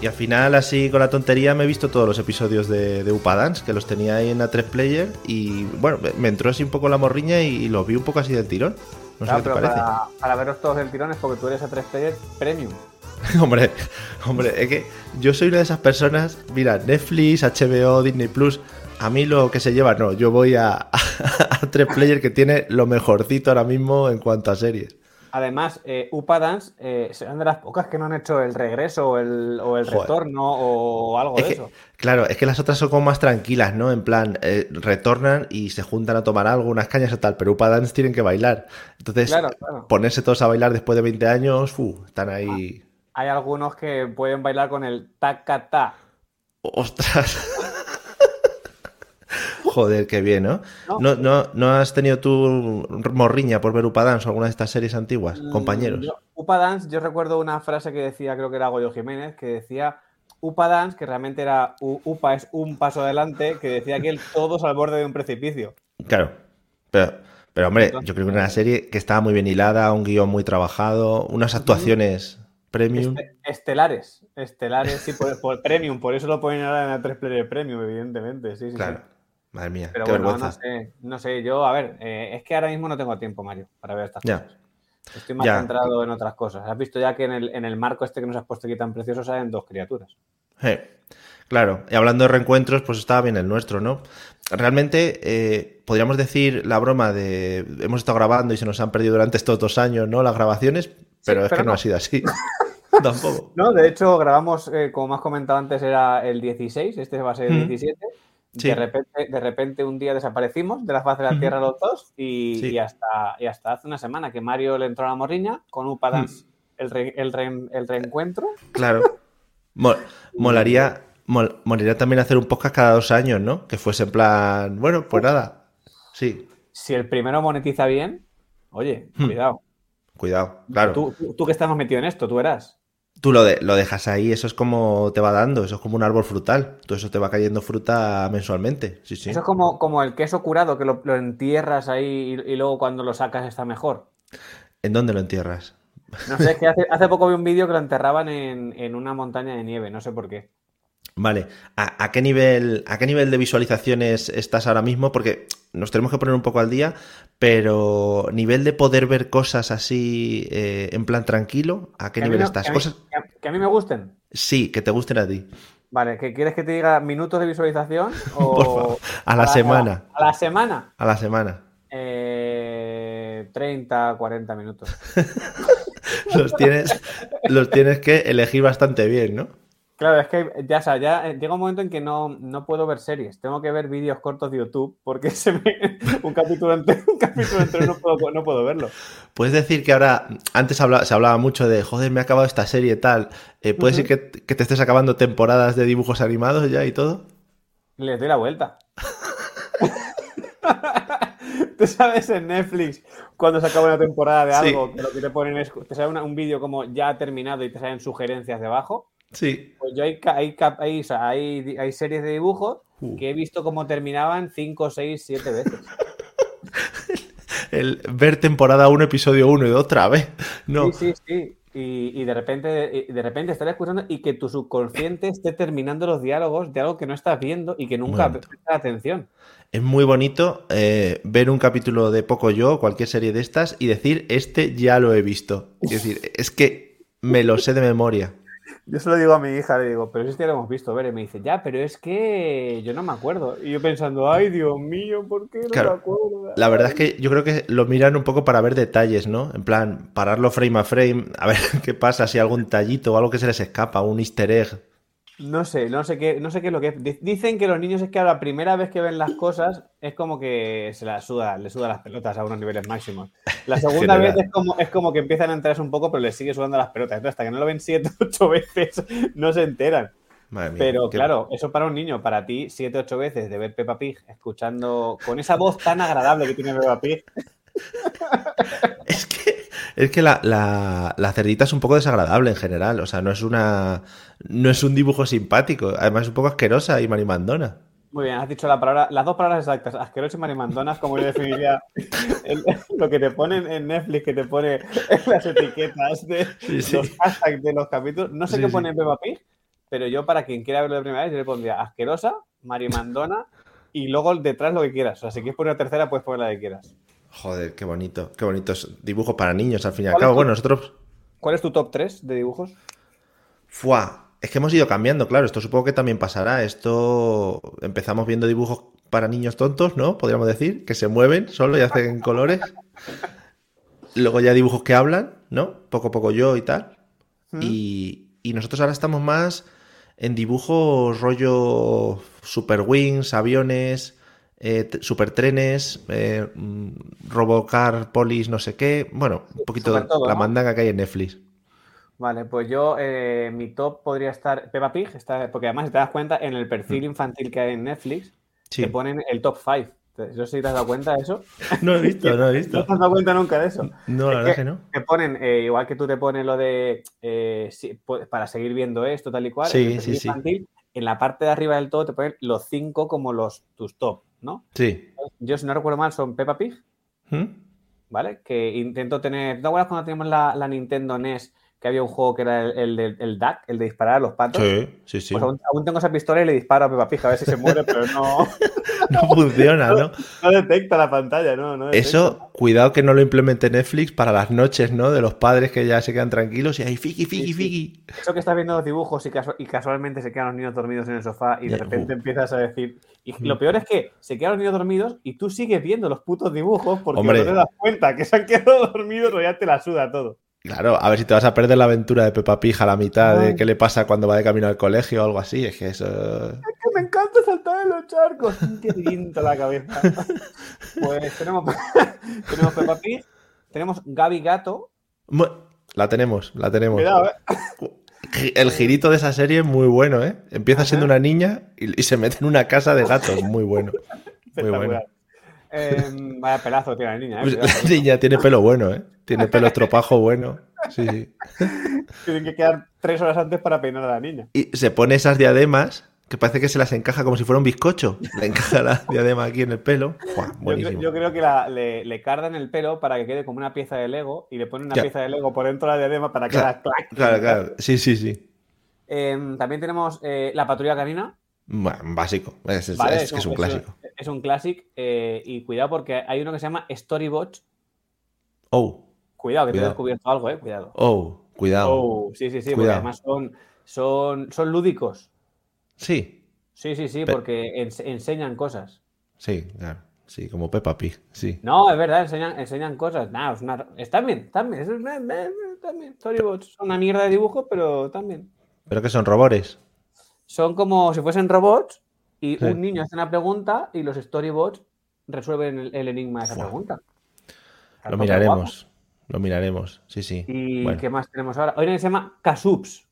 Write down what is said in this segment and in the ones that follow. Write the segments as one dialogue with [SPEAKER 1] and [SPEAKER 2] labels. [SPEAKER 1] Y al final, así con la tontería, me he visto todos los episodios de, de Upadance, que los tenía ahí en A3 Player. Y bueno, me- me entró así un poco la morriña y, los vi un poco así del tirón. No sé
[SPEAKER 2] Claro,
[SPEAKER 1] qué te
[SPEAKER 2] Ah, pero
[SPEAKER 1] parece.
[SPEAKER 2] para, para veros todos del tirón es porque tú eres a 3 player premium.
[SPEAKER 1] hombre, hombre, es que yo soy una de esas personas. Mira, Netflix, HBO, Disney Plus. A mí lo que se lleva, no. Yo voy a, a, A3 Player que tiene lo mejorcito ahora mismo en cuanto a series.
[SPEAKER 2] Además, eh, Upa Dance eh, serán de las pocas que no han hecho el regreso o el, o el
[SPEAKER 1] Joder.
[SPEAKER 2] retorno o algo
[SPEAKER 1] Es
[SPEAKER 2] de
[SPEAKER 1] que-
[SPEAKER 2] eso.
[SPEAKER 1] claro, es que las otras son como más tranquilas, ¿no? En plan, eh, retornan y se juntan a tomar algo, unas cañas o tal, pero Upa Dance tienen que bailar. Entonces,
[SPEAKER 2] Claro, claro.
[SPEAKER 1] ponerse todos a bailar después de 20 años, fu, están ahí.
[SPEAKER 2] Hay algunos que pueden bailar con el tacata. Ah.
[SPEAKER 1] ¡Ostras! Joder, qué bien, ¿no?
[SPEAKER 2] No.
[SPEAKER 1] ¿No, no, no has tenido tu morriña por ver Upa Dance o alguna de estas series antiguas,
[SPEAKER 2] Mm,
[SPEAKER 1] compañeros?
[SPEAKER 2] Yo- Upa Dance, yo recuerdo una frase que decía, creo que era Goyo Jiménez, que decía Upa Dance, que realmente era U- Upa es un paso adelante, que decía que el todos al borde de un precipicio.
[SPEAKER 1] Claro. Pero, pero, hombre,
[SPEAKER 2] Entonces- eh,
[SPEAKER 1] yo creo que era una serie que estaba muy bien hilada, un guión muy trabajado, unas actuaciones premium.
[SPEAKER 2] Este- estelares, estelares, sí, por, por premium, por eso lo ponen ahora en la 3 player premium, evidentemente, sí, sí, sí.
[SPEAKER 1] Claro. Madre mía,
[SPEAKER 2] Pero
[SPEAKER 1] qué
[SPEAKER 2] bueno,
[SPEAKER 1] vergüenza.
[SPEAKER 2] no sé, no sé, yo, a ver, eh, es que ahora mismo no tengo tiempo, Mario, para ver estas
[SPEAKER 1] Ya.
[SPEAKER 2] cosas. Estoy más
[SPEAKER 1] Ya.
[SPEAKER 2] centrado en otras cosas. Has visto ya que en el, en el marco este que nos has puesto aquí tan precioso salen dos criaturas.
[SPEAKER 1] Eh, Claro, y hablando de reencuentros, pues estaba bien el nuestro, ¿no? Realmente eh, podríamos decir la broma de hemos estado grabando y se nos han perdido durante estos dos años, ¿no? Las grabaciones, pero es
[SPEAKER 2] pero
[SPEAKER 1] que no.
[SPEAKER 2] no.
[SPEAKER 1] ha sido así. Tampoco.
[SPEAKER 2] No, de hecho, grabamos, eh, como más comentado antes, era el 16, este va a ser el
[SPEAKER 1] Mm.
[SPEAKER 2] 17.
[SPEAKER 1] Sí.
[SPEAKER 2] De, repente, de repente un día desaparecimos de la faz de la
[SPEAKER 1] Ujú.
[SPEAKER 2] Tierra los dos y,
[SPEAKER 1] Sí.
[SPEAKER 2] y hasta, y hasta hace una semana que Mario le entró a la morriña con Upa Dance, el, re- el re- el reencuentro.
[SPEAKER 1] Claro. Mo- molaría, mol- molaría también hacer un podcast cada dos años, ¿no? Que fuese en plan, bueno, pues nada. Sí,
[SPEAKER 2] Si el primero monetiza bien, oye,
[SPEAKER 1] Mm.
[SPEAKER 2] cuidado.
[SPEAKER 1] cuidado, claro.
[SPEAKER 2] Tú, tú- tú que estás más metido en esto, tú verás.
[SPEAKER 1] Tú lo, de- lo dejas ahí, eso es como te va dando, eso es como un árbol frutal. Todo eso te va cayendo fruta mensualmente. Sí, sí.
[SPEAKER 2] Eso es como, como el queso curado, que lo, lo entierras ahí y, y luego cuando lo sacas está mejor.
[SPEAKER 1] ¿En dónde lo entierras?
[SPEAKER 2] No sé, es que hace, hace poco vi un vídeo que lo enterraban en, en una montaña de nieve, no sé por qué.
[SPEAKER 1] Vale, ¿A, a qué nivel, ¿a qué nivel de visualizaciones estás ahora mismo? Porque nos tenemos que poner un poco al día, pero nivel de poder ver cosas así eh, en plan tranquilo, ¿a qué
[SPEAKER 2] Que a mí
[SPEAKER 1] nivel
[SPEAKER 2] no-
[SPEAKER 1] estás?
[SPEAKER 2] que a mí-
[SPEAKER 1] Cosas
[SPEAKER 2] que a- que a mí me gusten.
[SPEAKER 1] sí, que te gusten a ti.
[SPEAKER 2] Vale, ¿que quieres que te diga minutos de visualización?
[SPEAKER 1] Por
[SPEAKER 2] O
[SPEAKER 1] favor. A la semana,
[SPEAKER 2] A la, semana.
[SPEAKER 1] a la semana.
[SPEAKER 2] Eh, 30, 40 minutos.
[SPEAKER 1] Los tienes, los tienes que elegir bastante bien, ¿no?
[SPEAKER 2] Claro, es que ya, o sea, ya eh, llega un momento en que no, no puedo ver series. Tengo que ver vídeos cortos de YouTube porque se me- un capítulo entero, un capítulo entero no, puedo, no puedo verlo.
[SPEAKER 1] Puedes decir que ahora, antes habla- se hablaba mucho de, joder, me ha acabado esta serie tal. Eh, ¿Puedes
[SPEAKER 2] Ujú.
[SPEAKER 1] decir que, que te estés acabando temporadas de dibujos animados ya y todo?
[SPEAKER 2] Les doy la vuelta. Tú sabes en Netflix cuando se acaba una temporada de
[SPEAKER 1] Sí.
[SPEAKER 2] algo que lo que te ponen es te sale una- un vídeo como ya ha terminado y te salen sugerencias debajo.
[SPEAKER 1] Sí.
[SPEAKER 2] Pues yo hay, ca- hay, cap- hay, o sea, hay, di- hay series de dibujos
[SPEAKER 1] Uh.
[SPEAKER 2] que he visto cómo terminaban 5, 6, 7 veces.
[SPEAKER 1] El ver temporada 1, episodio 1 y otra vez. No.
[SPEAKER 2] Sí, sí, sí. Y, y de repente, y de repente estar escuchando y que tu subconsciente esté terminando los diálogos de algo que no estás viendo y que nunca
[SPEAKER 1] Momento.
[SPEAKER 2] prestas atención.
[SPEAKER 1] Es muy bonito eh, ver un capítulo de Poco Yo, cualquier serie de estas, y decir, este ya lo he visto. Es decir, es que me lo sé de memoria.
[SPEAKER 2] Yo se lo digo a mi hija, le digo, pero si este ya lo hemos visto, ver, y me dice, ya, pero es que yo no me acuerdo. Y yo pensando, ay, Dios mío, ¿por qué no
[SPEAKER 1] Claro.
[SPEAKER 2] me acuerdo?
[SPEAKER 1] La verdad es que yo creo que lo miran un poco para ver detalles, ¿no? En plan, pararlo frame a frame, a ver qué pasa, si algún tallito o algo que se les escapa, un easter egg.
[SPEAKER 2] No sé, no sé qué, no sé qué es lo que es. Di- Dicen que los niños es que a la primera vez que ven las cosas es como que se las suda, le suda las pelotas a unos niveles máximos. La segunda
[SPEAKER 1] General.
[SPEAKER 2] vez es como, es como que empiezan a entrarse un poco, pero les sigue sudando las pelotas. Entonces, hasta que no lo ven siete, ocho veces, no se enteran.
[SPEAKER 1] Madre mía,
[SPEAKER 2] Pero
[SPEAKER 1] qué-
[SPEAKER 2] claro, eso para un niño, para ti, siete, ocho veces de ver Peppa Pig escuchando con esa voz tan agradable que tiene Peppa Pig.
[SPEAKER 1] Es que, es que la, la- la cerdita es un poco desagradable en general. O sea, no es una. No es un dibujo simpático. Además, es un poco asquerosa y marimandona.
[SPEAKER 2] Muy bien, has dicho la palabra, las dos palabras exactas, asqueroso y marimandonas, como yo definiría el- lo que te ponen en Netflix, que te pone en las etiquetas de
[SPEAKER 1] sí.
[SPEAKER 2] los hashtags de los capítulos. No sé
[SPEAKER 1] Sí,
[SPEAKER 2] qué
[SPEAKER 1] sí.
[SPEAKER 2] pone en Peppa Pig, pero yo para quien quiera verlo de primera vez, yo le pondría asquerosa, marimandona y luego detrás lo que quieras. O sea, si quieres poner una tercera, puedes poner la que quieras.
[SPEAKER 1] Joder, qué bonito. Qué bonitos dibujos para niños, al fin y al
[SPEAKER 2] ¿Cuál es
[SPEAKER 1] cabo.
[SPEAKER 2] tu-
[SPEAKER 1] Bueno, nosotros.
[SPEAKER 2] ¿Cuál es tu top 3 de dibujos?
[SPEAKER 1] Fua, es que hemos ido cambiando, claro. Esto supongo que también pasará. Esto empezamos viendo dibujos para niños tontos, ¿no? Podríamos decir, que se mueven solo y hacen colores. Luego ya dibujos que hablan, ¿no? Poco a poco yo y tal.
[SPEAKER 2] Mm.
[SPEAKER 1] Y, y nosotros ahora estamos más en dibujos rollo super wings, aviones, eh, t- supertrenes, eh, mm, robocar, polis, no sé qué. Bueno, un poquito
[SPEAKER 2] sobre todo,
[SPEAKER 1] la
[SPEAKER 2] ¿no?
[SPEAKER 1] mandanga que hay en Netflix.
[SPEAKER 2] Vale, pues yo, eh, mi top podría estar Peppa Pig, está, porque además, si te das cuenta, en el perfil infantil que hay en Netflix,
[SPEAKER 1] Sí.
[SPEAKER 2] te ponen el top 5. No sé si te has dado cuenta de eso.
[SPEAKER 1] No he visto, no he
[SPEAKER 2] No
[SPEAKER 1] visto.
[SPEAKER 2] te has dado cuenta nunca de eso.
[SPEAKER 1] No, la
[SPEAKER 2] Es
[SPEAKER 1] verdad que no.
[SPEAKER 2] Te ponen, eh, igual que tú te pones lo de eh, si- po- para seguir viendo esto, tal y cual,
[SPEAKER 1] Sí,
[SPEAKER 2] en el perfil
[SPEAKER 1] sí, sí.
[SPEAKER 2] infantil, en la parte de arriba del todo te ponen los cinco como los tus top, ¿no?
[SPEAKER 1] Sí.
[SPEAKER 2] Yo, si no recuerdo mal, son Peppa Pig,
[SPEAKER 1] ¿Mm?
[SPEAKER 2] ¿vale? Que intento tener. ¿Te acuerdas cuando teníamos la, la Nintendo NES? Que había un juego que era el, el, del- el DAC, el de disparar a los patos.
[SPEAKER 1] Sí, sí, sí.
[SPEAKER 2] Pues aún, aún tengo esa pistola y le disparo a Peppa Pig a ver si se muere, pero no,
[SPEAKER 1] No funciona, ¿no?
[SPEAKER 2] no detecta la pantalla, ¿no? no detecta.
[SPEAKER 1] Eso, cuidado que no lo implemente Netflix para las noches, ¿no? De los padres que ya se quedan tranquilos y ahí fiki, fiki,
[SPEAKER 2] sí.
[SPEAKER 1] fiki.
[SPEAKER 2] Eso que estás viendo los dibujos y, casu- y casualmente se quedan los niños dormidos en el sofá y de
[SPEAKER 1] Ya,
[SPEAKER 2] repente
[SPEAKER 1] uh.
[SPEAKER 2] empiezas a decir. Y
[SPEAKER 1] Mm.
[SPEAKER 2] lo peor es que se quedan los niños dormidos y tú sigues viendo los putos dibujos porque
[SPEAKER 1] Hombre.
[SPEAKER 2] no te das cuenta que se han quedado dormidos, pero ya te la suda todo.
[SPEAKER 1] Claro, a ver si te vas a perder la aventura de Peppa Pig a la mitad de
[SPEAKER 2] Ay.
[SPEAKER 1] qué le pasa cuando va de camino al colegio o algo así. Es que eso.
[SPEAKER 2] Es que me encanta saltar en los charcos. Qué viento la cabeza. Pues tenemos, tenemos Peppa Pig, tenemos Gaby Gato.
[SPEAKER 1] Mu- La tenemos, la tenemos.
[SPEAKER 2] Cuidado, ¿eh?
[SPEAKER 1] Gi- El girito de esa serie es muy bueno, ¿eh? Empieza siendo una niña y, y se mete en una casa de gatos. Muy bueno. Muy bueno.
[SPEAKER 2] Espectacular. Eh, vaya pelazo tiene la niña. ¿eh?
[SPEAKER 1] Pues
[SPEAKER 2] Cuidado.
[SPEAKER 1] la niña tiene pelo bueno, ¿eh? Tiene pelo estropajo bueno. Sí, sí.
[SPEAKER 2] Tienen que quedar tres horas antes para peinar a la niña.
[SPEAKER 1] Y se pone esas diademas que parece que se las encaja como si fuera un bizcocho. Le encaja la diadema aquí en el pelo. Buah,
[SPEAKER 2] Yo creo,
[SPEAKER 1] buenísimo.
[SPEAKER 2] yo creo que la- le, le cardan el pelo para que quede como una pieza de Lego y le ponen una
[SPEAKER 1] Ya.
[SPEAKER 2] pieza de Lego por dentro de la diadema para que
[SPEAKER 1] Claro,
[SPEAKER 2] haga clac.
[SPEAKER 1] Claro, claro. Sí, sí, sí.
[SPEAKER 2] Eh, también tenemos eh, la patrulla canina.
[SPEAKER 1] Bueno, básico. Es, es-
[SPEAKER 2] ¿vale?
[SPEAKER 1] es que es un clásico.
[SPEAKER 2] Es un clásico y cuidado porque hay uno que se llama Storybot.
[SPEAKER 1] Oh,
[SPEAKER 2] Cuidado, que te he
[SPEAKER 1] Cuidado.
[SPEAKER 2] descubierto algo, eh. Cuidado.
[SPEAKER 1] oh, cuidado.
[SPEAKER 2] Oh, sí, sí, sí, porque
[SPEAKER 1] Cuidado.
[SPEAKER 2] además son, son, son lúdicos.
[SPEAKER 1] Sí,
[SPEAKER 2] Sí, sí, sí,
[SPEAKER 1] Pe-
[SPEAKER 2] porque ens- enseñan cosas.
[SPEAKER 1] sí, claro. Sí, como Peppa Pig. Sí.
[SPEAKER 2] No, es verdad, enseñan, enseñan cosas. Nah, es una... Están bien, están bien. es una- eh, están bien, Storybots. Son una mierda de dibujo, pero también.
[SPEAKER 1] Pero que son robores.
[SPEAKER 2] Son como si fuesen robots y
[SPEAKER 1] Sí.
[SPEAKER 2] un niño hace una pregunta y los storybots resuelven el, el enigma de esa
[SPEAKER 1] Fua.
[SPEAKER 2] pregunta. Está
[SPEAKER 1] Lo
[SPEAKER 2] todo guapo.
[SPEAKER 1] miraremos. Lo miraremos. Sí, sí.
[SPEAKER 2] ¿Y
[SPEAKER 1] Bueno.
[SPEAKER 2] qué más tenemos ahora? Hoy se llama Casups.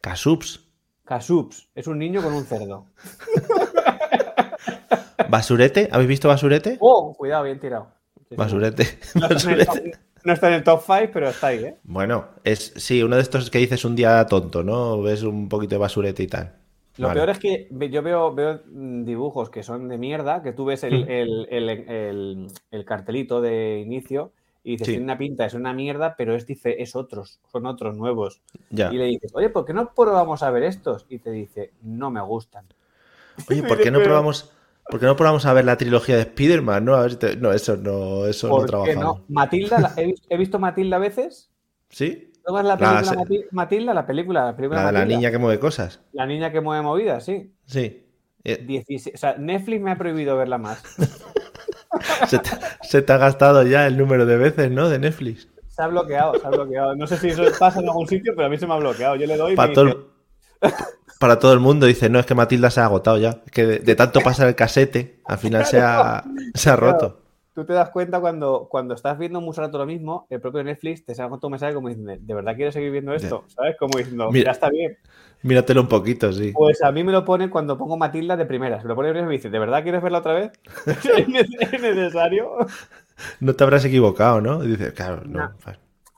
[SPEAKER 1] Casups.
[SPEAKER 2] Casups. Es un niño con un cerdo.
[SPEAKER 1] Basurete. ¿Habéis visto Basurete?
[SPEAKER 2] ¡Oh! Cuidado, bien tirado. Sí, sí.
[SPEAKER 1] Basurete.
[SPEAKER 2] No está, en el top,
[SPEAKER 1] Basurete.
[SPEAKER 2] no está en el top 5, pero está ahí, ¿eh?
[SPEAKER 1] Bueno, es sí, uno de estos que dices un día tonto, ¿no? Ves un poquito de basurete y tal.
[SPEAKER 2] Lo
[SPEAKER 1] Vale.
[SPEAKER 2] peor es que ve- yo veo, veo mm, dibujos que son de mierda, que tú ves el,
[SPEAKER 1] Hmm.
[SPEAKER 2] el- el- el- el cartelito de inicio y dices,
[SPEAKER 1] Sí.
[SPEAKER 2] tiene una pinta, es una mierda, pero es, dife- es otros, son otros nuevos.
[SPEAKER 1] Ya.
[SPEAKER 2] Y le dices, oye, ¿por qué no probamos a ver estos? Y te dice, no me gustan.
[SPEAKER 1] Oye, ¿por qué no probamos, por qué no probamos a ver la trilogía de Spider-Man? No, a ver si te- no eso no, eso no
[SPEAKER 2] ¿Por qué
[SPEAKER 1] trabajamos.
[SPEAKER 2] no? Matilda, la- he, vis- he visto Matilda a veces.
[SPEAKER 1] ¿Sí?
[SPEAKER 2] ¿Tú ves la
[SPEAKER 1] La
[SPEAKER 2] película
[SPEAKER 1] se-
[SPEAKER 2] Mati- Matilda? La película, la película
[SPEAKER 1] La de la
[SPEAKER 2] Matilda.
[SPEAKER 1] niña que mueve cosas.
[SPEAKER 2] La niña que mueve movidas, sí.
[SPEAKER 1] Sí. Eh,
[SPEAKER 2] 16 o sea, Netflix me ha prohibido verla más.
[SPEAKER 1] se, te, se te ha gastado ya el número de veces, ¿no? De Netflix.
[SPEAKER 2] Se ha bloqueado, se ha bloqueado. No sé si eso pasa en algún sitio, pero a mí se me ha bloqueado. Yo le doy. y me
[SPEAKER 1] Para todo,
[SPEAKER 2] dice,
[SPEAKER 1] el- para todo el mundo. Dice, no, es que Matilda se ha agotado ya. Es que de, de tanto pasar el casete, al final se ha, se ha
[SPEAKER 2] Claro.
[SPEAKER 1] roto.
[SPEAKER 2] Tú te das cuenta cuando, cuando estás viendo mucho rato lo mismo, el propio Netflix te saca un mensaje como diciendo, ¿de verdad quieres seguir viendo esto? ¿Sabes? Como diciendo,
[SPEAKER 1] Mira.
[SPEAKER 2] ya está bien.
[SPEAKER 1] Míratelo un poquito, sí.
[SPEAKER 2] Pues a mí me lo pone cuando pongo Matilda de primeras. Me lo pone primero y me dice, ¿de verdad quieres verla otra vez? ¿Es nece- es necesario?
[SPEAKER 1] No te habrás equivocado, ¿no? Y dice, claro, no.
[SPEAKER 2] No.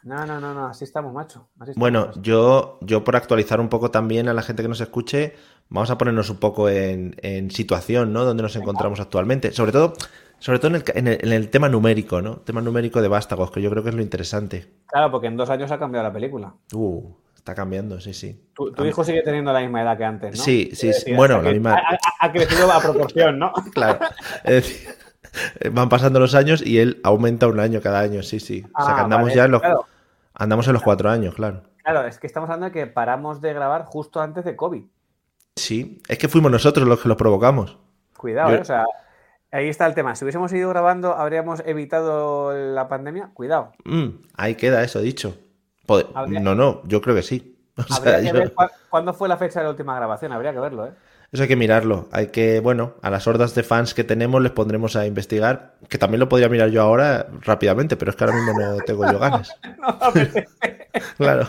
[SPEAKER 2] No, no, no, no, así estamos, macho. así estamos,
[SPEAKER 1] Bueno,
[SPEAKER 2] macho.
[SPEAKER 1] yo, yo por actualizar un poco también a la gente que nos escuche, vamos a ponernos un poco en, en situación, ¿no? Donde nos encontramos actualmente. Sobre todo, sobre todo en el, ca- en el- en el tema numérico, ¿no? Tema numérico de vástagos, que yo creo que es lo interesante.
[SPEAKER 2] Claro, porque en dos años ha cambiado la película.
[SPEAKER 1] Uh, está cambiando, sí, sí.
[SPEAKER 2] Tu, tu hijo sigue teniendo la misma edad que antes, ¿no?
[SPEAKER 1] Sí, sí,
[SPEAKER 2] Quiero
[SPEAKER 1] sí. Bueno,
[SPEAKER 2] ha
[SPEAKER 1] la
[SPEAKER 2] cre-
[SPEAKER 1] misma-
[SPEAKER 2] Ha, ha- ha crecido a proporción, ¿no?
[SPEAKER 1] Claro. Es decir, van pasando los años y él aumenta un año cada año, sí, sí. O sea que
[SPEAKER 2] Ah,
[SPEAKER 1] andamos
[SPEAKER 2] vale,
[SPEAKER 1] ya en los,
[SPEAKER 2] claro.
[SPEAKER 1] andamos en los cuatro años, claro.
[SPEAKER 2] Claro, es que estamos hablando de que paramos de grabar justo antes de COVID.
[SPEAKER 1] Sí, es que fuimos nosotros los que los provocamos.
[SPEAKER 2] Cuidado,
[SPEAKER 1] Yo-
[SPEAKER 2] ¿eh? O sea, ahí está el tema. Si hubiésemos ido grabando, habríamos evitado la pandemia. Cuidado.
[SPEAKER 1] Mm, ahí queda eso dicho. Pod-
[SPEAKER 2] Habría-
[SPEAKER 1] No, no, yo creo que sí. O sea,
[SPEAKER 2] Habría que
[SPEAKER 1] yo-
[SPEAKER 2] ver cua- cuándo fue la fecha de la última grabación. Habría que verlo, ¿eh?
[SPEAKER 1] Eso hay que mirarlo. Hay que, bueno, a las hordas de fans que tenemos les pondremos a investigar, que también lo podría mirar yo ahora rápidamente, pero es que ahora mismo no tengo yo ganas. claro.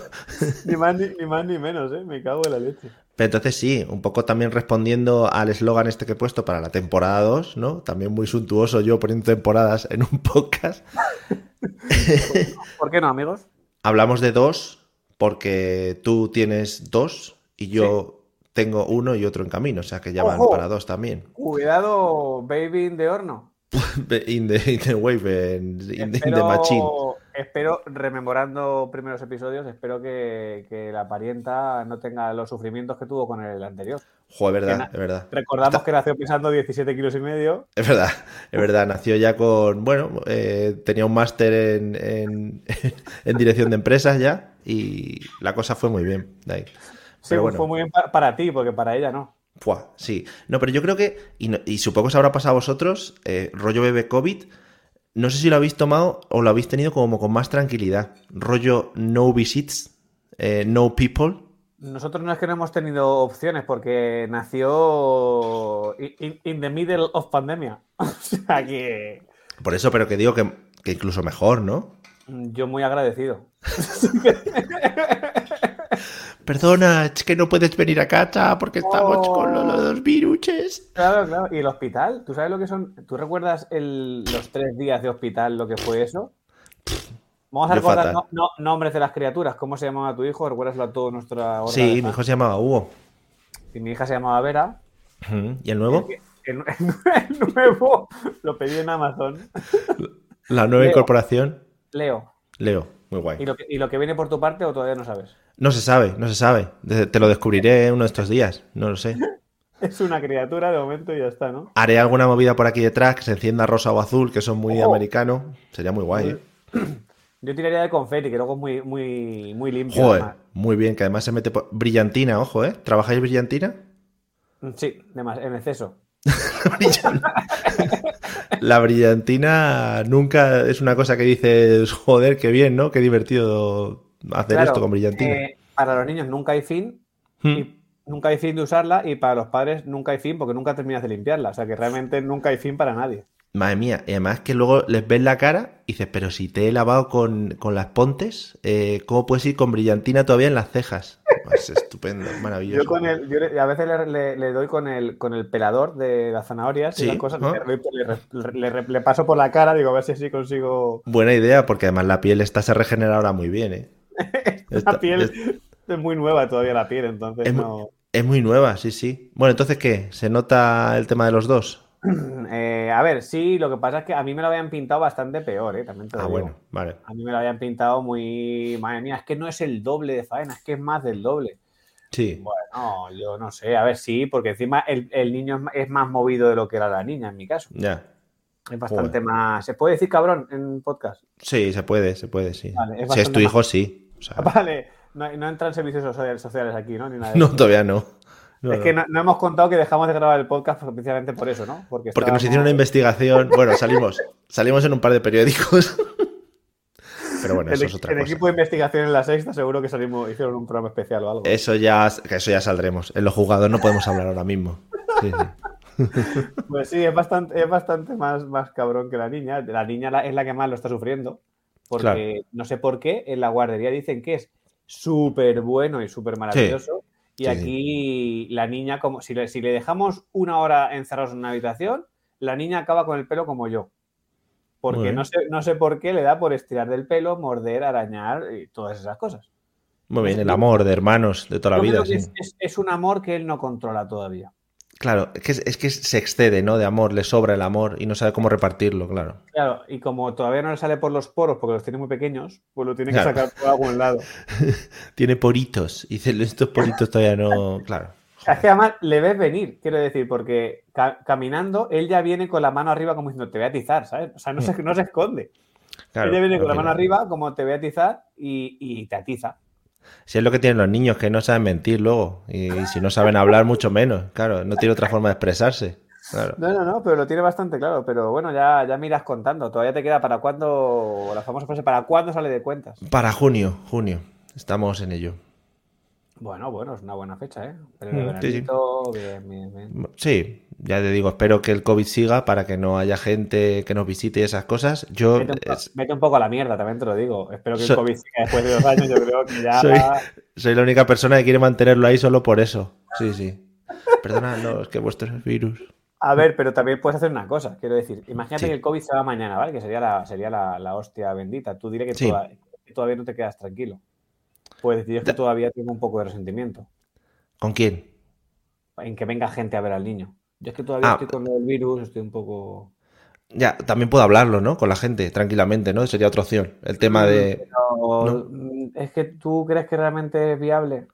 [SPEAKER 2] Ni más ni, ni más ni menos, ¿eh? Me cago en la leche.
[SPEAKER 1] Pero entonces sí, un poco también respondiendo al eslogan este que he puesto para la temporada 2, ¿no? También muy suntuoso yo poniendo temporadas en un podcast.
[SPEAKER 2] ¿Por qué no, amigos?
[SPEAKER 1] Hablamos de dos porque tú tienes dos y yo tengo uno y otro en camino, o sea que ya van
[SPEAKER 2] Ojo.
[SPEAKER 1] para dos también.
[SPEAKER 2] Cuidado, baby de horno.
[SPEAKER 1] In the, in the wave, in, in the- in the machine.
[SPEAKER 2] Espero, espero, rememorando primeros episodios, espero que, que la parienta no tenga los sufrimientos que tuvo con el anterior.
[SPEAKER 1] Joder, es
[SPEAKER 2] Que
[SPEAKER 1] verdad,
[SPEAKER 2] na-
[SPEAKER 1] es verdad.
[SPEAKER 2] Recordamos que nació pesando 17 kilos y medio.
[SPEAKER 1] Es verdad, es verdad. Nació ya con, bueno, eh, tenía un máster en, en- en dirección de empresas ya y la cosa fue muy bien. de ahí.
[SPEAKER 2] Sí,
[SPEAKER 1] Pero
[SPEAKER 2] fue
[SPEAKER 1] bueno.
[SPEAKER 2] muy bien pa- para ti, porque para ella no.
[SPEAKER 1] Buah, sí. No, pero yo creo que, y, no- y supongo que os habrá pasado a vosotros, eh, rollo bebé COVID, no sé si lo habéis tomado o lo habéis tenido como con más tranquilidad. Rollo no visits, eh, no people.
[SPEAKER 2] Nosotros no es que no hemos tenido opciones porque nació in- in, in the middle of pandemia. O sea que
[SPEAKER 1] Por eso, pero que digo que, que incluso mejor, ¿no?
[SPEAKER 2] yo muy agradecido.
[SPEAKER 1] Perdona, es que no puedes venir a casa porque estamos
[SPEAKER 2] Oh.
[SPEAKER 1] con lo- los, viruches.
[SPEAKER 2] Claro, claro. Y el hospital, ¿tú sabes lo que son? ¿Tú recuerdas el- los tres días de hospital, lo que fue eso? Vamos a
[SPEAKER 1] Yo
[SPEAKER 2] recordar
[SPEAKER 1] fatal.
[SPEAKER 2] no- no- nombres de las criaturas. ¿Cómo se llamaba tu hijo? Recuérdaslo a toda nuestra horda de
[SPEAKER 1] Sí, mi
[SPEAKER 2] fans.
[SPEAKER 1] hijo se llamaba Hugo.
[SPEAKER 2] Y mi hija se llamaba Vera.
[SPEAKER 1] Ujú. ¿Y el nuevo?
[SPEAKER 2] El, el nuevo lo pedí en Amazon.
[SPEAKER 1] La nueva
[SPEAKER 2] Leo.
[SPEAKER 1] incorporación,
[SPEAKER 2] Leo,
[SPEAKER 1] Leo. Muy
[SPEAKER 2] ¿y
[SPEAKER 1] guay.
[SPEAKER 2] lo, que, ¿y lo que viene por tu parte o todavía no sabes?
[SPEAKER 1] No se sabe, no se sabe. De- Te lo descubriré uno de estos días, no lo sé.
[SPEAKER 2] Es una criatura de momento y ya está, ¿no?
[SPEAKER 1] Haré alguna movida por aquí detrás, que se encienda rosa o azul, que son muy
[SPEAKER 2] Ojo.
[SPEAKER 1] americano. Sería muy guay, ¿eh?
[SPEAKER 2] Yo tiraría de confeti, que luego es muy, muy, muy limpio.
[SPEAKER 1] Joder,
[SPEAKER 2] además.
[SPEAKER 1] muy bien, que además se mete por... Brillantina, ojo, ¿eh? ¿Trabajáis brillantina?
[SPEAKER 2] Sí, además, en exceso.
[SPEAKER 1] La brillantina nunca es una cosa que dices, joder, qué bien, ¿no? Qué divertido hacer
[SPEAKER 2] Claro,
[SPEAKER 1] esto con brillantina.
[SPEAKER 2] eh, para los niños nunca hay fin,
[SPEAKER 1] Hmm.
[SPEAKER 2] y nunca hay fin de usarla, y para los padres nunca hay fin porque nunca terminas de limpiarla. O sea que realmente nunca hay fin para nadie.
[SPEAKER 1] Madre mía, y además que luego les ves la cara y dices, pero si te he lavado con, con las pontes, eh, ¿cómo puedes ir con brillantina todavía en las cejas? Es estupendo, maravilloso.
[SPEAKER 2] Yo con el, yo le- a veces le, le- le doy con el, con el pelador de las zanahorias
[SPEAKER 1] Sí,
[SPEAKER 2] y las cosas,
[SPEAKER 1] ah.
[SPEAKER 2] le, le- le- le- le paso por la cara, digo, a ver si así consigo
[SPEAKER 1] Buena idea, porque además la piel está se regenera ahora muy bien, ¿eh? Está-
[SPEAKER 2] la piel.
[SPEAKER 1] es,
[SPEAKER 2] Es, muy nueva todavía la piel, entonces
[SPEAKER 1] Es mu-
[SPEAKER 2] no.
[SPEAKER 1] es muy nueva, sí, sí. Bueno, entonces, ¿qué? ¿Se nota el tema de los dos?
[SPEAKER 2] Eh, a ver, sí, lo que pasa es que a mí me lo habían pintado bastante peor, ¿eh? También te lo
[SPEAKER 1] Ah,
[SPEAKER 2] digo.
[SPEAKER 1] bueno, vale.
[SPEAKER 2] A mí me lo habían pintado muy. Madre mía, es que no es el doble de faena, es que es más del doble.
[SPEAKER 1] Sí.
[SPEAKER 2] Bueno, yo no sé, a ver, sí, porque encima el, el niño es ma- es más movido de lo que era la niña, en mi caso.
[SPEAKER 1] Ya.
[SPEAKER 2] Es bastante más. ¿Se puede decir cabrón en podcast?
[SPEAKER 1] Sí, se puede, se puede, sí.
[SPEAKER 2] Vale, es
[SPEAKER 1] si es tu
[SPEAKER 2] bastante
[SPEAKER 1] hijo, sí. O sea,
[SPEAKER 2] Vale, no, no entran servicios sociales, sociales aquí, ¿no? Ni nada de
[SPEAKER 1] no,
[SPEAKER 2] eso.
[SPEAKER 1] todavía no. No,
[SPEAKER 2] es
[SPEAKER 1] no.
[SPEAKER 2] que no, no hemos contado que dejamos de grabar el podcast precisamente por eso, ¿no? Porque,
[SPEAKER 1] Porque nos
[SPEAKER 2] estábamos-
[SPEAKER 1] hicieron una investigación. Bueno, salimos. Salimos en un par de periódicos. Pero bueno,
[SPEAKER 2] el,
[SPEAKER 1] eso es otra
[SPEAKER 2] el
[SPEAKER 1] cosa.
[SPEAKER 2] equipo de investigación en la sexta seguro que salimos, hicieron un programa especial o algo.
[SPEAKER 1] Eso ya, que eso ya saldremos. En los jugadores no podemos hablar ahora mismo. Sí, sí.
[SPEAKER 2] Pues sí, es bastante, es bastante más, más cabrón que la niña. La niña la- es la que más lo está sufriendo. Porque
[SPEAKER 1] Claro.
[SPEAKER 2] no sé por qué en la guardería dicen que es súper bueno y súper maravilloso. Y
[SPEAKER 1] Sí,
[SPEAKER 2] aquí la niña, como si le, si le dejamos una hora encerrados en una habitación, la niña acaba con el pelo como
[SPEAKER 1] Muy
[SPEAKER 2] yo. Porque
[SPEAKER 1] bien.
[SPEAKER 2] no sé, no sé por qué le da por estirar del pelo, morder, arañar y todas esas cosas.
[SPEAKER 1] Muy bien, el amor de hermanos de toda la
[SPEAKER 2] Yo creo
[SPEAKER 1] vida.
[SPEAKER 2] que
[SPEAKER 1] sí.
[SPEAKER 2] es, es- es un amor que él no controla todavía.
[SPEAKER 1] Claro, es que, es que se excede, ¿no? De amor, le sobra el amor y no sabe cómo repartirlo, claro.
[SPEAKER 2] Claro, y como todavía no le sale por los poros porque los tiene muy pequeños, pues lo tiene que
[SPEAKER 1] Claro.
[SPEAKER 2] sacar por algún lado.
[SPEAKER 1] Tiene poritos. Y dice, estos poritos todavía no. Claro.
[SPEAKER 2] Es que además le ves venir, quiero decir, porque ca- caminando él ya viene con la mano arriba como diciendo te voy a atizar, ¿sabes? O sea, no se, no se esconde.
[SPEAKER 1] claro,
[SPEAKER 2] él ya viene con la
[SPEAKER 1] al
[SPEAKER 2] mano
[SPEAKER 1] final.
[SPEAKER 2] arriba como te voy a atizar y, y te atiza.
[SPEAKER 1] Si es lo que tienen los niños, que no saben mentir luego. Y, y si no saben hablar, mucho menos. Claro, no tiene otra forma de expresarse. Claro.
[SPEAKER 2] No, no, no, pero lo tiene bastante claro. Pero bueno, ya, ya me irás contando. Todavía te queda para cuándo, la famosa frase, para cuándo sale de cuentas.
[SPEAKER 1] Para junio, junio. Estamos en ello.
[SPEAKER 2] Bueno, bueno, es una buena fecha, ¿eh? Pero
[SPEAKER 1] Mm, sí, sí.
[SPEAKER 2] veranito, bien, bien, bien.
[SPEAKER 1] Sí, ya te digo, espero que el COVID siga para que no haya gente que nos visite y esas cosas. Yo
[SPEAKER 2] Mete un, po-
[SPEAKER 1] es-
[SPEAKER 2] mete un poco a la mierda, también te lo digo. Espero que el
[SPEAKER 1] So-
[SPEAKER 2] COVID siga después de dos años. Yo creo que ya.
[SPEAKER 1] Soy- soy la única persona que quiere mantenerlo ahí solo por eso. Sí, sí. Perdona, no, es que vuestro virus.
[SPEAKER 2] A ver, pero también puedes hacer una cosa. Quiero decir, imagínate
[SPEAKER 1] Sí.
[SPEAKER 2] que el COVID se va mañana, ¿vale? Que sería la, sería la, la hostia bendita. Tú diré que,
[SPEAKER 1] Sí.
[SPEAKER 2] toda- que todavía no te quedas tranquilo. Pues decir, es que
[SPEAKER 1] Da-
[SPEAKER 2] todavía tengo un poco de resentimiento
[SPEAKER 1] ¿Con quién?
[SPEAKER 2] en que venga gente a ver al niño. Yo es que todavía
[SPEAKER 1] Ah.
[SPEAKER 2] estoy con el virus, estoy un poco.
[SPEAKER 1] Ya, también puedo hablarlo, ¿no? Con la gente, tranquilamente, ¿no? Sería otra opción. El tema de.
[SPEAKER 2] Pero, mm, Es que tú crees que realmente es viable.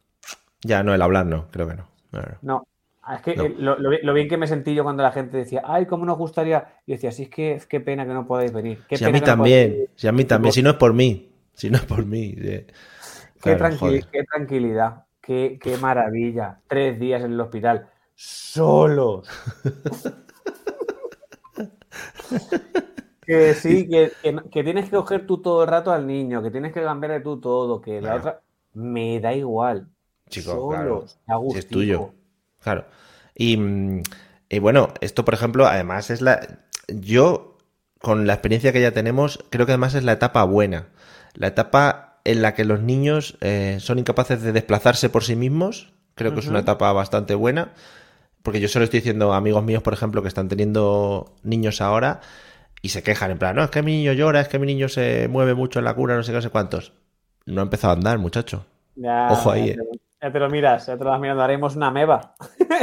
[SPEAKER 1] Ya, no, el hablar no, creo que no. No, no.
[SPEAKER 2] No. Ah, Es que
[SPEAKER 1] No.
[SPEAKER 2] eh, lo, lo bien- lo bien que me sentí yo cuando la gente decía, ay, cómo nos gustaría. Y decía, sí, es que qué pena que no podáis venir. Qué
[SPEAKER 1] Si a
[SPEAKER 2] pena
[SPEAKER 1] mí
[SPEAKER 2] que no podáis venir".
[SPEAKER 1] también, si a mí también, si no es por mí, si no es por mí. sí.
[SPEAKER 2] Qué,
[SPEAKER 1] Claro,
[SPEAKER 2] tranquili-
[SPEAKER 1] joder.
[SPEAKER 2] qué tranquilidad, qué, qué maravilla. Tres días en el hospital, solos. que sí, que, que no- que tienes que coger tú todo el rato al niño, que tienes que cambiarle tú todo, que la
[SPEAKER 1] Claro.
[SPEAKER 2] otra. Me da igual.
[SPEAKER 1] Chico,
[SPEAKER 2] solos,
[SPEAKER 1] claro.
[SPEAKER 2] a
[SPEAKER 1] Si es
[SPEAKER 2] gustico.
[SPEAKER 1] tuyo. Claro. Y, mm, y bueno, esto, por ejemplo, además es la. Yo, con la experiencia que ya tenemos, creo que además es la etapa buena. La etapa en la que los niños eh, son incapaces de desplazarse por sí mismos. Creo que es una
[SPEAKER 2] Ujú.
[SPEAKER 1] etapa bastante buena. Porque yo solo estoy diciendo a amigos míos, por ejemplo, que están teniendo niños ahora y se quejan en plan, no, es que mi niño llora, es que mi niño se mueve mucho en la cura, no sé qué, no sé cuántos. No ha empezado a andar, muchacho.
[SPEAKER 2] Ya,
[SPEAKER 1] Ojo ahí, eh.
[SPEAKER 2] ya te, ya te lo miras, ya te lo vas mirando. Haremos una meba.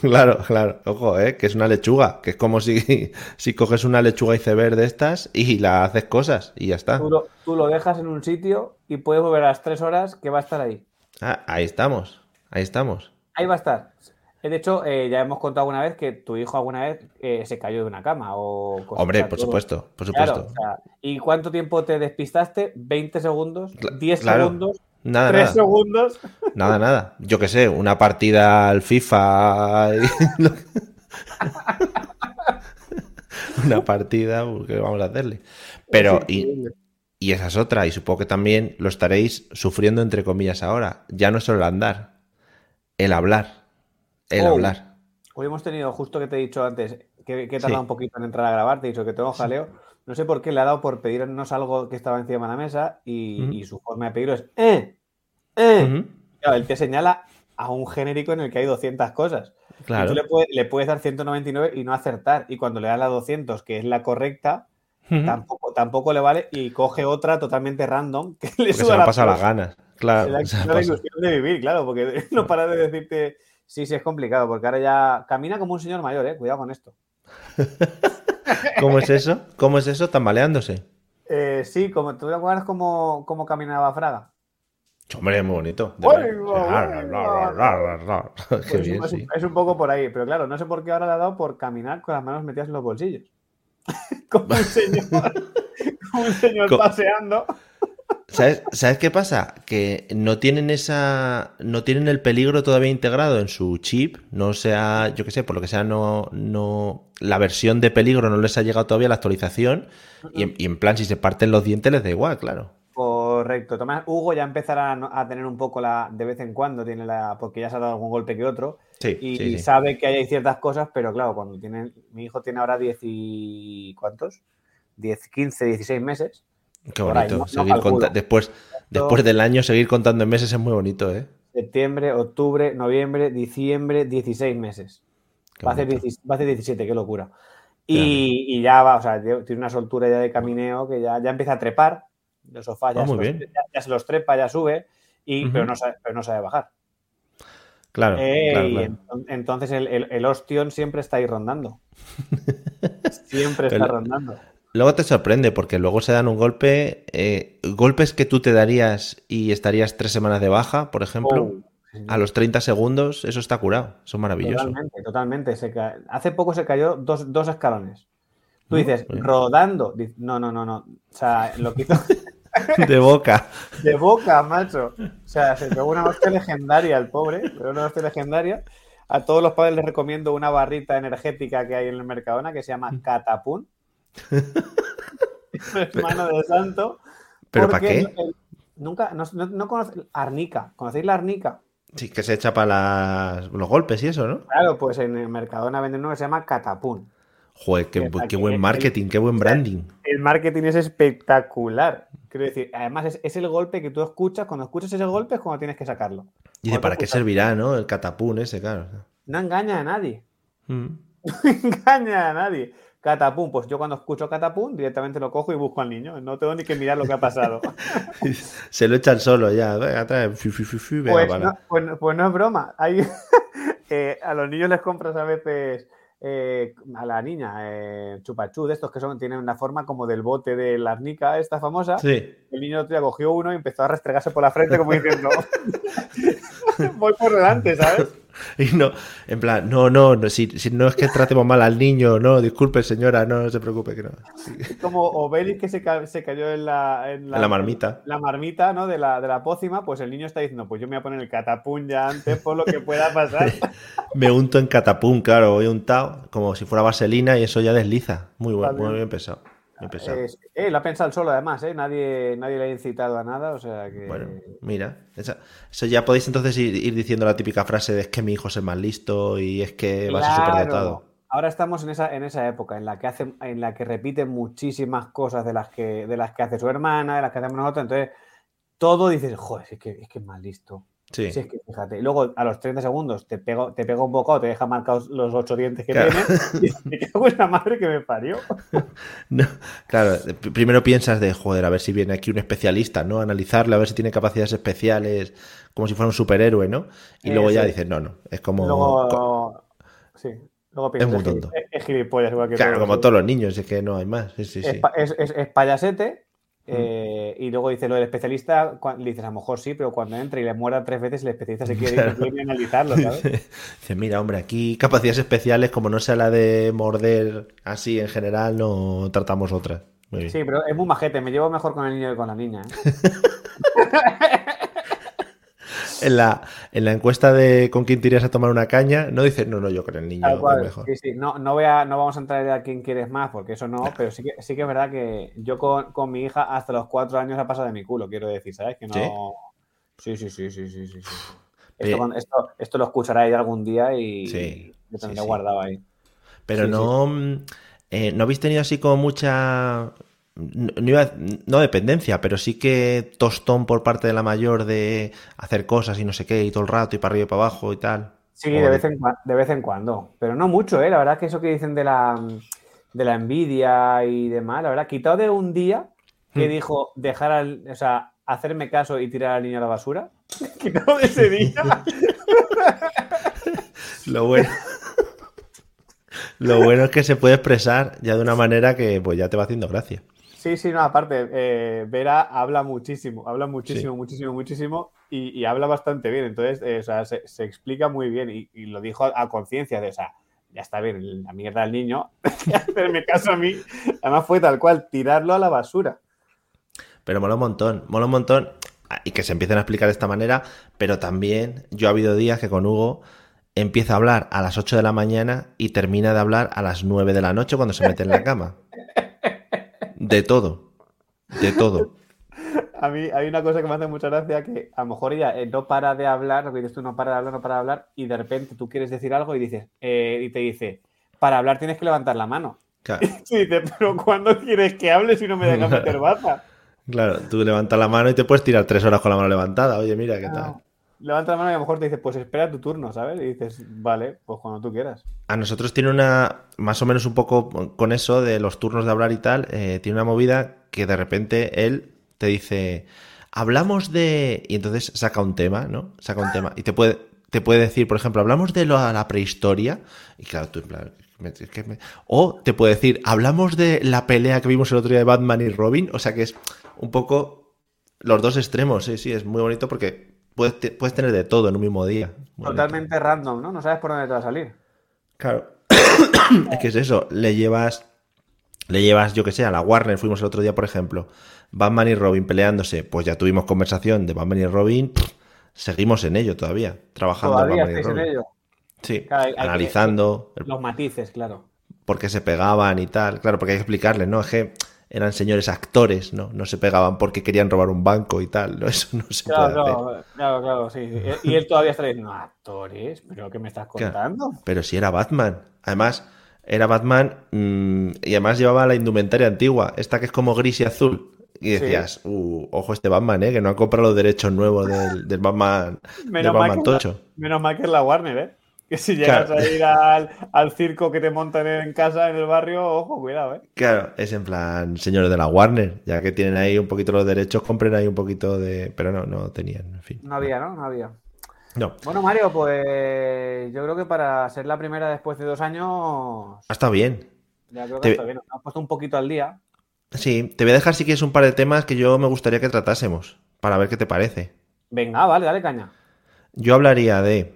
[SPEAKER 1] Claro, claro. Ojo, ¿eh? que es una lechuga. Que es como si, si coges una lechuga iceberg de estas y la haces cosas y ya está.
[SPEAKER 2] Tú lo, tú lo dejas en un sitio y puedes volver a las tres horas que va a estar ahí.
[SPEAKER 1] Ah, ahí estamos. Ahí estamos.
[SPEAKER 2] Ahí va a estar. De hecho, eh, ya hemos contado alguna vez que tu hijo alguna vez eh, se cayó de una cama o cosas
[SPEAKER 1] Hombre,
[SPEAKER 2] así.
[SPEAKER 1] por supuesto, por
[SPEAKER 2] Claro,
[SPEAKER 1] supuesto.
[SPEAKER 2] o sea, ¿y cuánto tiempo te despistaste? ¿20 segundos?
[SPEAKER 1] Cla-
[SPEAKER 2] ¿10
[SPEAKER 1] claro.
[SPEAKER 2] segundos?
[SPEAKER 1] Nada,
[SPEAKER 2] ¿3
[SPEAKER 1] nada.
[SPEAKER 2] segundos?
[SPEAKER 1] Nada, nada. Yo qué sé, una partida al FIFA. y- una partida, pues, ¿qué vamos a hacerle? Pero, y- Y esa es otra, y supongo que también lo estaréis sufriendo entre comillas ahora. Ya no es solo el andar, el hablar. El
[SPEAKER 2] Oh.
[SPEAKER 1] hablar.
[SPEAKER 2] Hoy hemos tenido, justo que te he dicho antes, que, que he
[SPEAKER 1] Sí.
[SPEAKER 2] tardado un poquito en entrar a grabar, te he dicho que tengo jaleo. No sé por qué le ha dado por pedirnos algo que estaba encima de la mesa y,
[SPEAKER 1] Ujú.
[SPEAKER 2] y su forma de pedirlo es ¡Eh! ¡Eh!
[SPEAKER 1] Ujú,
[SPEAKER 2] Claro, él te señala a un genérico en el que hay 200 cosas. Y
[SPEAKER 1] Claro.
[SPEAKER 2] Tú le, puede- le puedes dar 199 y no acertar. Y cuando le das la 200, que es la correcta,
[SPEAKER 1] Ujú.
[SPEAKER 2] tampoco, tampoco le vale y coge otra totalmente random que le
[SPEAKER 1] Porque se
[SPEAKER 2] suda
[SPEAKER 1] le han
[SPEAKER 2] la-
[SPEAKER 1] pasado las ganas. Claro.
[SPEAKER 2] se le ha
[SPEAKER 1] se le han
[SPEAKER 2] quitado la
[SPEAKER 1] pasado.
[SPEAKER 2] ilusión de vivir, claro, porque no para de decirte sí, sí, es complicado, porque ahora ya camina como un señor mayor, eh. Cuidado con esto.
[SPEAKER 1] ¿Cómo es eso? ¿Cómo es eso? Tambaleándose.
[SPEAKER 2] Eh, sí, como tú te acuerdas cómo, cómo caminaba Fraga.
[SPEAKER 1] Hombre, muy bonito. De
[SPEAKER 2] Oiga,
[SPEAKER 1] verdad.
[SPEAKER 2] oiga.
[SPEAKER 1] Ra, ra, ra, ra, ra. Qué
[SPEAKER 2] Pues
[SPEAKER 1] bien,
[SPEAKER 2] es, un,
[SPEAKER 1] sí.
[SPEAKER 2] es un poco por ahí, pero claro, no sé por qué ahora le ha dado por caminar con las manos metidas en los bolsillos. como un señor, como un señor
[SPEAKER 1] Co-
[SPEAKER 2] paseando.
[SPEAKER 1] ¿Sabes, ¿Sabes qué pasa? Que no tienen esa. No tienen el peligro todavía integrado en su chip. No sea, yo qué sé, por lo que sea, no. no la versión de peligro no les ha llegado todavía la actualización. Y, en- y en plan, si se parten los dientes, les da igual, claro.
[SPEAKER 2] Correcto. Tomás, Hugo ya empezará a no- a tener un poco la. De vez en cuando tiene la. Porque ya se ha dado algún golpe que otro.
[SPEAKER 1] Sí,
[SPEAKER 2] Y
[SPEAKER 1] sí, sí.
[SPEAKER 2] sabe que hay ciertas cosas, pero claro, cuando tienen. Mi hijo tiene ahora 10 y. ¿Cuántos? 10, 15, 16 meses.
[SPEAKER 1] Qué
[SPEAKER 2] por ahí,
[SPEAKER 1] bonito.
[SPEAKER 2] no- no
[SPEAKER 1] seguir
[SPEAKER 2] calculo.
[SPEAKER 1] conta- después, después del año, seguir contando en meses es muy bonito, ¿eh?
[SPEAKER 2] Septiembre, octubre, noviembre, diciembre, 16 meses.
[SPEAKER 1] Qué
[SPEAKER 2] Va a, hacer
[SPEAKER 1] bonito.
[SPEAKER 2] 16 va a hacer 17, qué locura. Y, y ya va, o sea, tiene tiene una soltura ya de camineo que ya, ya empieza a trepar. Los sofás ya,
[SPEAKER 1] Ah,
[SPEAKER 2] se
[SPEAKER 1] muy
[SPEAKER 2] los,
[SPEAKER 1] bien.
[SPEAKER 2] ya- ya se los trepa, ya sube, y, pero,
[SPEAKER 1] Ujú.
[SPEAKER 2] no sabe, pero no sabe bajar.
[SPEAKER 1] Claro,
[SPEAKER 2] Eh,
[SPEAKER 1] claro,
[SPEAKER 2] y
[SPEAKER 1] claro.
[SPEAKER 2] en- entonces el, el, el ostión siempre está ahí rondando. Siempre está
[SPEAKER 1] Pero-
[SPEAKER 2] rondando.
[SPEAKER 1] Luego te sorprende porque luego se dan un golpe, eh, golpes que tú te darías y estarías tres semanas de baja, por ejemplo,
[SPEAKER 2] Oh, sí,
[SPEAKER 1] a los 30 segundos, eso está curado, eso es maravilloso.
[SPEAKER 2] Totalmente, totalmente. Se ca- Hace poco se cayó dos, dos escalones. Tú
[SPEAKER 1] Mm,
[SPEAKER 2] dices,
[SPEAKER 1] muy bien.
[SPEAKER 2] rodando. Dices, no, no, no, no. O sea, lo que hizo
[SPEAKER 1] De boca.
[SPEAKER 2] de boca, macho. O sea, se pegó una hostia legendaria el pobre, pero una hostia legendaria. A todos los padres les recomiendo una barrita energética que hay en el Mercadona que se llama
[SPEAKER 1] Mm.
[SPEAKER 2] Catapún. Hermano de santo.
[SPEAKER 1] ¿Pero para
[SPEAKER 2] Porque
[SPEAKER 1] qué?
[SPEAKER 2] el- nunca, no, no, no conoce- Arnica. ¿Conocéis la Arnica?
[SPEAKER 1] Sí, que se echa para las- los golpes y eso, ¿no?
[SPEAKER 2] Claro, pues en el Mercadona venden uno que se llama Catapún.
[SPEAKER 1] Joder, qué,
[SPEAKER 2] Para
[SPEAKER 1] qué
[SPEAKER 2] que
[SPEAKER 1] buen
[SPEAKER 2] eh, el-
[SPEAKER 1] marketing, qué buen branding.
[SPEAKER 2] El marketing es espectacular. Quiero decir, además es, es el golpe que tú escuchas. Cuando escuchas ese golpe es cuando tienes que sacarlo.
[SPEAKER 1] Dice,
[SPEAKER 2] ¿cuánto
[SPEAKER 1] ¿para qué
[SPEAKER 2] cuesta?
[SPEAKER 1] servirá, no? El catapún ese, claro.
[SPEAKER 2] No engaña a nadie.
[SPEAKER 1] Mm.
[SPEAKER 2] engaña a nadie. Catapum, pues yo cuando escucho catapum directamente lo cojo y busco al niño. No tengo ni que mirar lo que ha pasado.
[SPEAKER 1] Se lo echan solo ya, venga, trae, fi, fi, fi, fi, venga,
[SPEAKER 2] pues,
[SPEAKER 1] para.
[SPEAKER 2] no, pues no- pues no es broma. Hay, eh, a los niños les compras a veces eh, a la niña eh, chupachú de estos que son tienen una forma como del bote de la arnica esta famosa.
[SPEAKER 1] Sí.
[SPEAKER 2] El niño el otro día cogió uno y empezó a restregarse por la frente como diciendo voy por delante, ¿sabes?
[SPEAKER 1] Y no, en plan, no, no, no, si, si no es que tratemos mal al niño, no, disculpe señora, no, no se preocupe que no.
[SPEAKER 2] Como Obelix que se, ca- se cayó en la, en
[SPEAKER 1] La marmita.
[SPEAKER 2] la marmita, ¿no? De la, de la pócima, pues el niño está diciendo, pues yo me voy a poner el catapum ya antes por lo que pueda pasar.
[SPEAKER 1] Me unto en catapum, claro, voy untado como si fuera vaselina y eso ya desliza. Muy bueno,
[SPEAKER 2] Está
[SPEAKER 1] muy
[SPEAKER 2] bien.
[SPEAKER 1] bien pensado. bien pensado.
[SPEAKER 2] Es- eh, lo ha pensado el solo además, ¿eh? Nadie, nadie le ha incitado a nada, o sea que... eh,
[SPEAKER 1] Bueno, mira, esa- eso ya podéis entonces ir, ir diciendo la típica frase de es que mi hijo es el más listo y es que va a ser
[SPEAKER 2] Claro.
[SPEAKER 1] superdotado.
[SPEAKER 2] Ahora estamos en esa, en esa época en la que hace, en la que repite muchísimas cosas de las que, de las que hace su hermana, de las que hacemos nosotros, entonces todo dices, joder, si es que es, que es más listo.
[SPEAKER 1] Sí.
[SPEAKER 2] Si es que fíjate. Y luego a los 30 segundos te pego, te pega un bocado, te deja marcados los ocho dientes que
[SPEAKER 1] Claro.
[SPEAKER 2] tiene. Y me cago en la madre que me parió.
[SPEAKER 1] No, claro, p- primero piensas de, joder, a ver si viene aquí un especialista, ¿no? Analizarle, a ver si tiene capacidades especiales, como si fuera un superhéroe, ¿no? Y luego
[SPEAKER 2] Eso
[SPEAKER 1] ya
[SPEAKER 2] es.
[SPEAKER 1] dices, no, no, es como... co-
[SPEAKER 2] Luego, sí, luego piensas,
[SPEAKER 1] muy
[SPEAKER 2] es gili-
[SPEAKER 1] tonto.
[SPEAKER 2] Es, es gilipollas, igual que
[SPEAKER 1] claro,
[SPEAKER 2] todos,
[SPEAKER 1] como
[SPEAKER 2] sí.
[SPEAKER 1] todos los niños, es que no hay más. Sí, sí, Mm.
[SPEAKER 2] Es,
[SPEAKER 1] sí.
[SPEAKER 2] pa- es- es- es payasete. eh, y luego dice lo del especialista, cua- le dices a lo mejor sí, pero cuando entra y le muerda tres veces, el especialista se quiere, ir,
[SPEAKER 1] Claro.
[SPEAKER 2] no quiere ni analizarlo, ¿sabes?
[SPEAKER 1] Dice, mira, hombre, aquí capacidades especiales, como no sea la de morder así en general, no tratamos otras. Muy bien.
[SPEAKER 2] Sí, pero es muy majete, me llevo mejor con el niño que con la niña. ¿eh?
[SPEAKER 1] En, la, en la encuesta de con quién te irías a tomar una caña, no dices, no, no, yo con el niño,
[SPEAKER 2] Tal
[SPEAKER 1] es
[SPEAKER 2] cual.
[SPEAKER 1] mejor.
[SPEAKER 2] Sí, sí, No, no, voy a- no vamos a entrar a quién quieres más, porque eso no, pero sí que, sí que es verdad que yo con, con mi hija hasta los cuatro años ha pasado de mi culo, quiero decir, ¿sabes? Que no. Sí, sí, sí, sí, sí, sí. sí.
[SPEAKER 1] Pero-
[SPEAKER 2] Esto, cuando- esto, esto lo escuchará ella algún día y
[SPEAKER 1] eh. Sí,
[SPEAKER 2] lo
[SPEAKER 1] sí,
[SPEAKER 2] tendré
[SPEAKER 1] sí.
[SPEAKER 2] guardado ahí.
[SPEAKER 1] Pero
[SPEAKER 2] Sí,
[SPEAKER 1] no, mm, eh, no habéis tenido así como mucha. No, no iba a- no dependencia, pero sí que tostón por parte de la mayor de hacer cosas y no sé qué, y todo el rato, y para arriba y para abajo y tal.
[SPEAKER 2] Sí,
[SPEAKER 1] O
[SPEAKER 2] de vez, en cua- de vez en cuando, pero no mucho, ¿eh? La verdad es que eso que dicen de la, de la envidia y demás, la verdad, quitado de un día que
[SPEAKER 1] Hmm.
[SPEAKER 2] dijo dejar al, o sea, hacerme caso y tirar al niño a la basura, quitado de ese día,
[SPEAKER 1] Lo bueno. Lo bueno es que se puede expresar ya de una manera que pues ya te va haciendo gracia.
[SPEAKER 2] sí, sí, no, aparte, eh, Vera habla muchísimo, habla muchísimo, muchísimo, muchísimo y, y habla bastante bien, entonces, eh, o sea, se, se explica muy bien y, y lo dijo a, a conciencia de, o sea, ya está bien, la mierda del niño, hacerme caso a mí, además fue tal cual, tirarlo a la basura.
[SPEAKER 1] Pero mola un montón, mola un montón. ah, Y que se empiecen a explicar de esta manera, pero también yo ha habido días que con Hugo empieza a hablar a las 8 de la mañana y termina de hablar a las 9 de la noche cuando se mete en la cama. De todo, de todo.
[SPEAKER 2] A mí hay una cosa que me hace mucha gracia que a lo mejor ella eh, no para de hablar, lo que dices tú, no para de hablar, no para de hablar, y de repente tú quieres decir algo y dices, eh, y te dice, para hablar tienes que levantar la mano.
[SPEAKER 1] Claro.
[SPEAKER 2] Y dice, pero ¿cuándo quieres que hable si no me dejas meter baza?
[SPEAKER 1] Claro, tú levantas la mano y te puedes tirar tres horas con la mano levantada. Oye, mira, ¿qué tal?
[SPEAKER 2] Ah, Levanta la mano y a lo mejor te dice, pues espera tu turno, ¿sabes? Y dices, vale, pues cuando tú quieras.
[SPEAKER 1] A nosotros tiene una, más o menos un poco con eso de los turnos de hablar y tal, eh, tiene una movida que de repente él te dice, hablamos de... Y entonces saca un tema, ¿no? Saca un tema. Y te puede, te puede decir, por ejemplo, hablamos de la, la prehistoria. Y claro, tú en plan, me- es que me- O te puede decir, hablamos de la pelea que vimos el otro día de Batman y Robin. O sea que es un poco los dos extremos, sí, sí, es muy bonito porque puedes, te- puedes tener de todo en un mismo día. Muy bonito.
[SPEAKER 2] Totalmente random, ¿no? No sabes por dónde te va a salir.
[SPEAKER 1] Claro. es que es eso, le llevas, le llevas, yo que sé, a la Warner, fuimos el otro día, por ejemplo, Batman y Robin peleándose, pues ya tuvimos conversación de Batman y Robin, pff, seguimos en ello todavía, trabajando en
[SPEAKER 2] Todavía
[SPEAKER 1] Batman y
[SPEAKER 2] estáis en
[SPEAKER 1] Robin.
[SPEAKER 2] ello.
[SPEAKER 1] Sí,
[SPEAKER 2] Claro, hay- hay que-
[SPEAKER 1] analizando el
[SPEAKER 2] Los matices, claro.
[SPEAKER 1] por qué se pegaban y tal, claro, porque hay que explicarles, ¿no? Es que eran señores actores, ¿no? No se pegaban porque querían robar un banco y tal, ¿no? Eso no se
[SPEAKER 2] Claro,
[SPEAKER 1] puede hacer.
[SPEAKER 2] claro, claro, claro, sí, sí. Y él todavía está diciendo, "Ah, actores, pero ¿qué me estás
[SPEAKER 1] Claro.
[SPEAKER 2] contando?
[SPEAKER 1] Pero si era Batman. Además, era Batman mm, y además llevaba la indumentaria antigua, esta que es como gris y azul. Y
[SPEAKER 2] Sí.
[SPEAKER 1] decías, "Uh, ojo este Batman, ¿eh? que no ha comprado los derechos nuevos del, del Batman, del
[SPEAKER 2] Menos mal,
[SPEAKER 1] Batman
[SPEAKER 2] que,
[SPEAKER 1] Tocho.
[SPEAKER 2] menos mal que es la Warner, ¿eh? Que si llegas
[SPEAKER 1] Claro.
[SPEAKER 2] a ir al, al circo que te montan en casa, en el barrio, ojo, cuidado, ¿eh?
[SPEAKER 1] Claro, es en plan, señores de la Warner, ya que tienen ahí un poquito los derechos, compren ahí un poquito de... Pero no, no tenían, en fin.
[SPEAKER 2] No había, ¿no? No había.
[SPEAKER 1] No,
[SPEAKER 2] Bueno, Mario, pues yo creo que para ser la primera después de dos años,
[SPEAKER 1] ha estado bien.
[SPEAKER 2] ya creo que
[SPEAKER 1] Te-
[SPEAKER 2] está bien. Nos hemos puesto un poquito al día.
[SPEAKER 1] Sí, te voy a dejar si quieres un par de temas que yo me gustaría que tratásemos, para ver qué te parece.
[SPEAKER 2] Venga, ah, vale, dale caña.
[SPEAKER 1] Yo hablaría de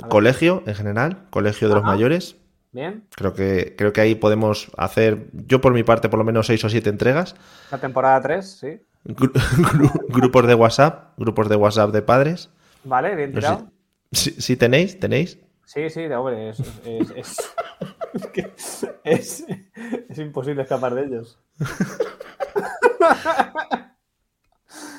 [SPEAKER 2] A ver.
[SPEAKER 1] colegio en general, colegio de los
[SPEAKER 2] Ajá.
[SPEAKER 1] mayores.
[SPEAKER 2] Bien,
[SPEAKER 1] Creo que, creo que ahí podemos hacer, yo por mi parte, por lo menos seis o siete entregas.
[SPEAKER 2] la temporada 3, sí.
[SPEAKER 1] Gru- gru- grupos de WhatsApp, grupos de WhatsApp de padres.
[SPEAKER 2] Vale, bien
[SPEAKER 1] No sé-
[SPEAKER 2] tirado.
[SPEAKER 1] si, si tenéis, tenéis.
[SPEAKER 2] Sí, sí, de- hombre, es, es, es- es que es- es imposible escapar de ellos.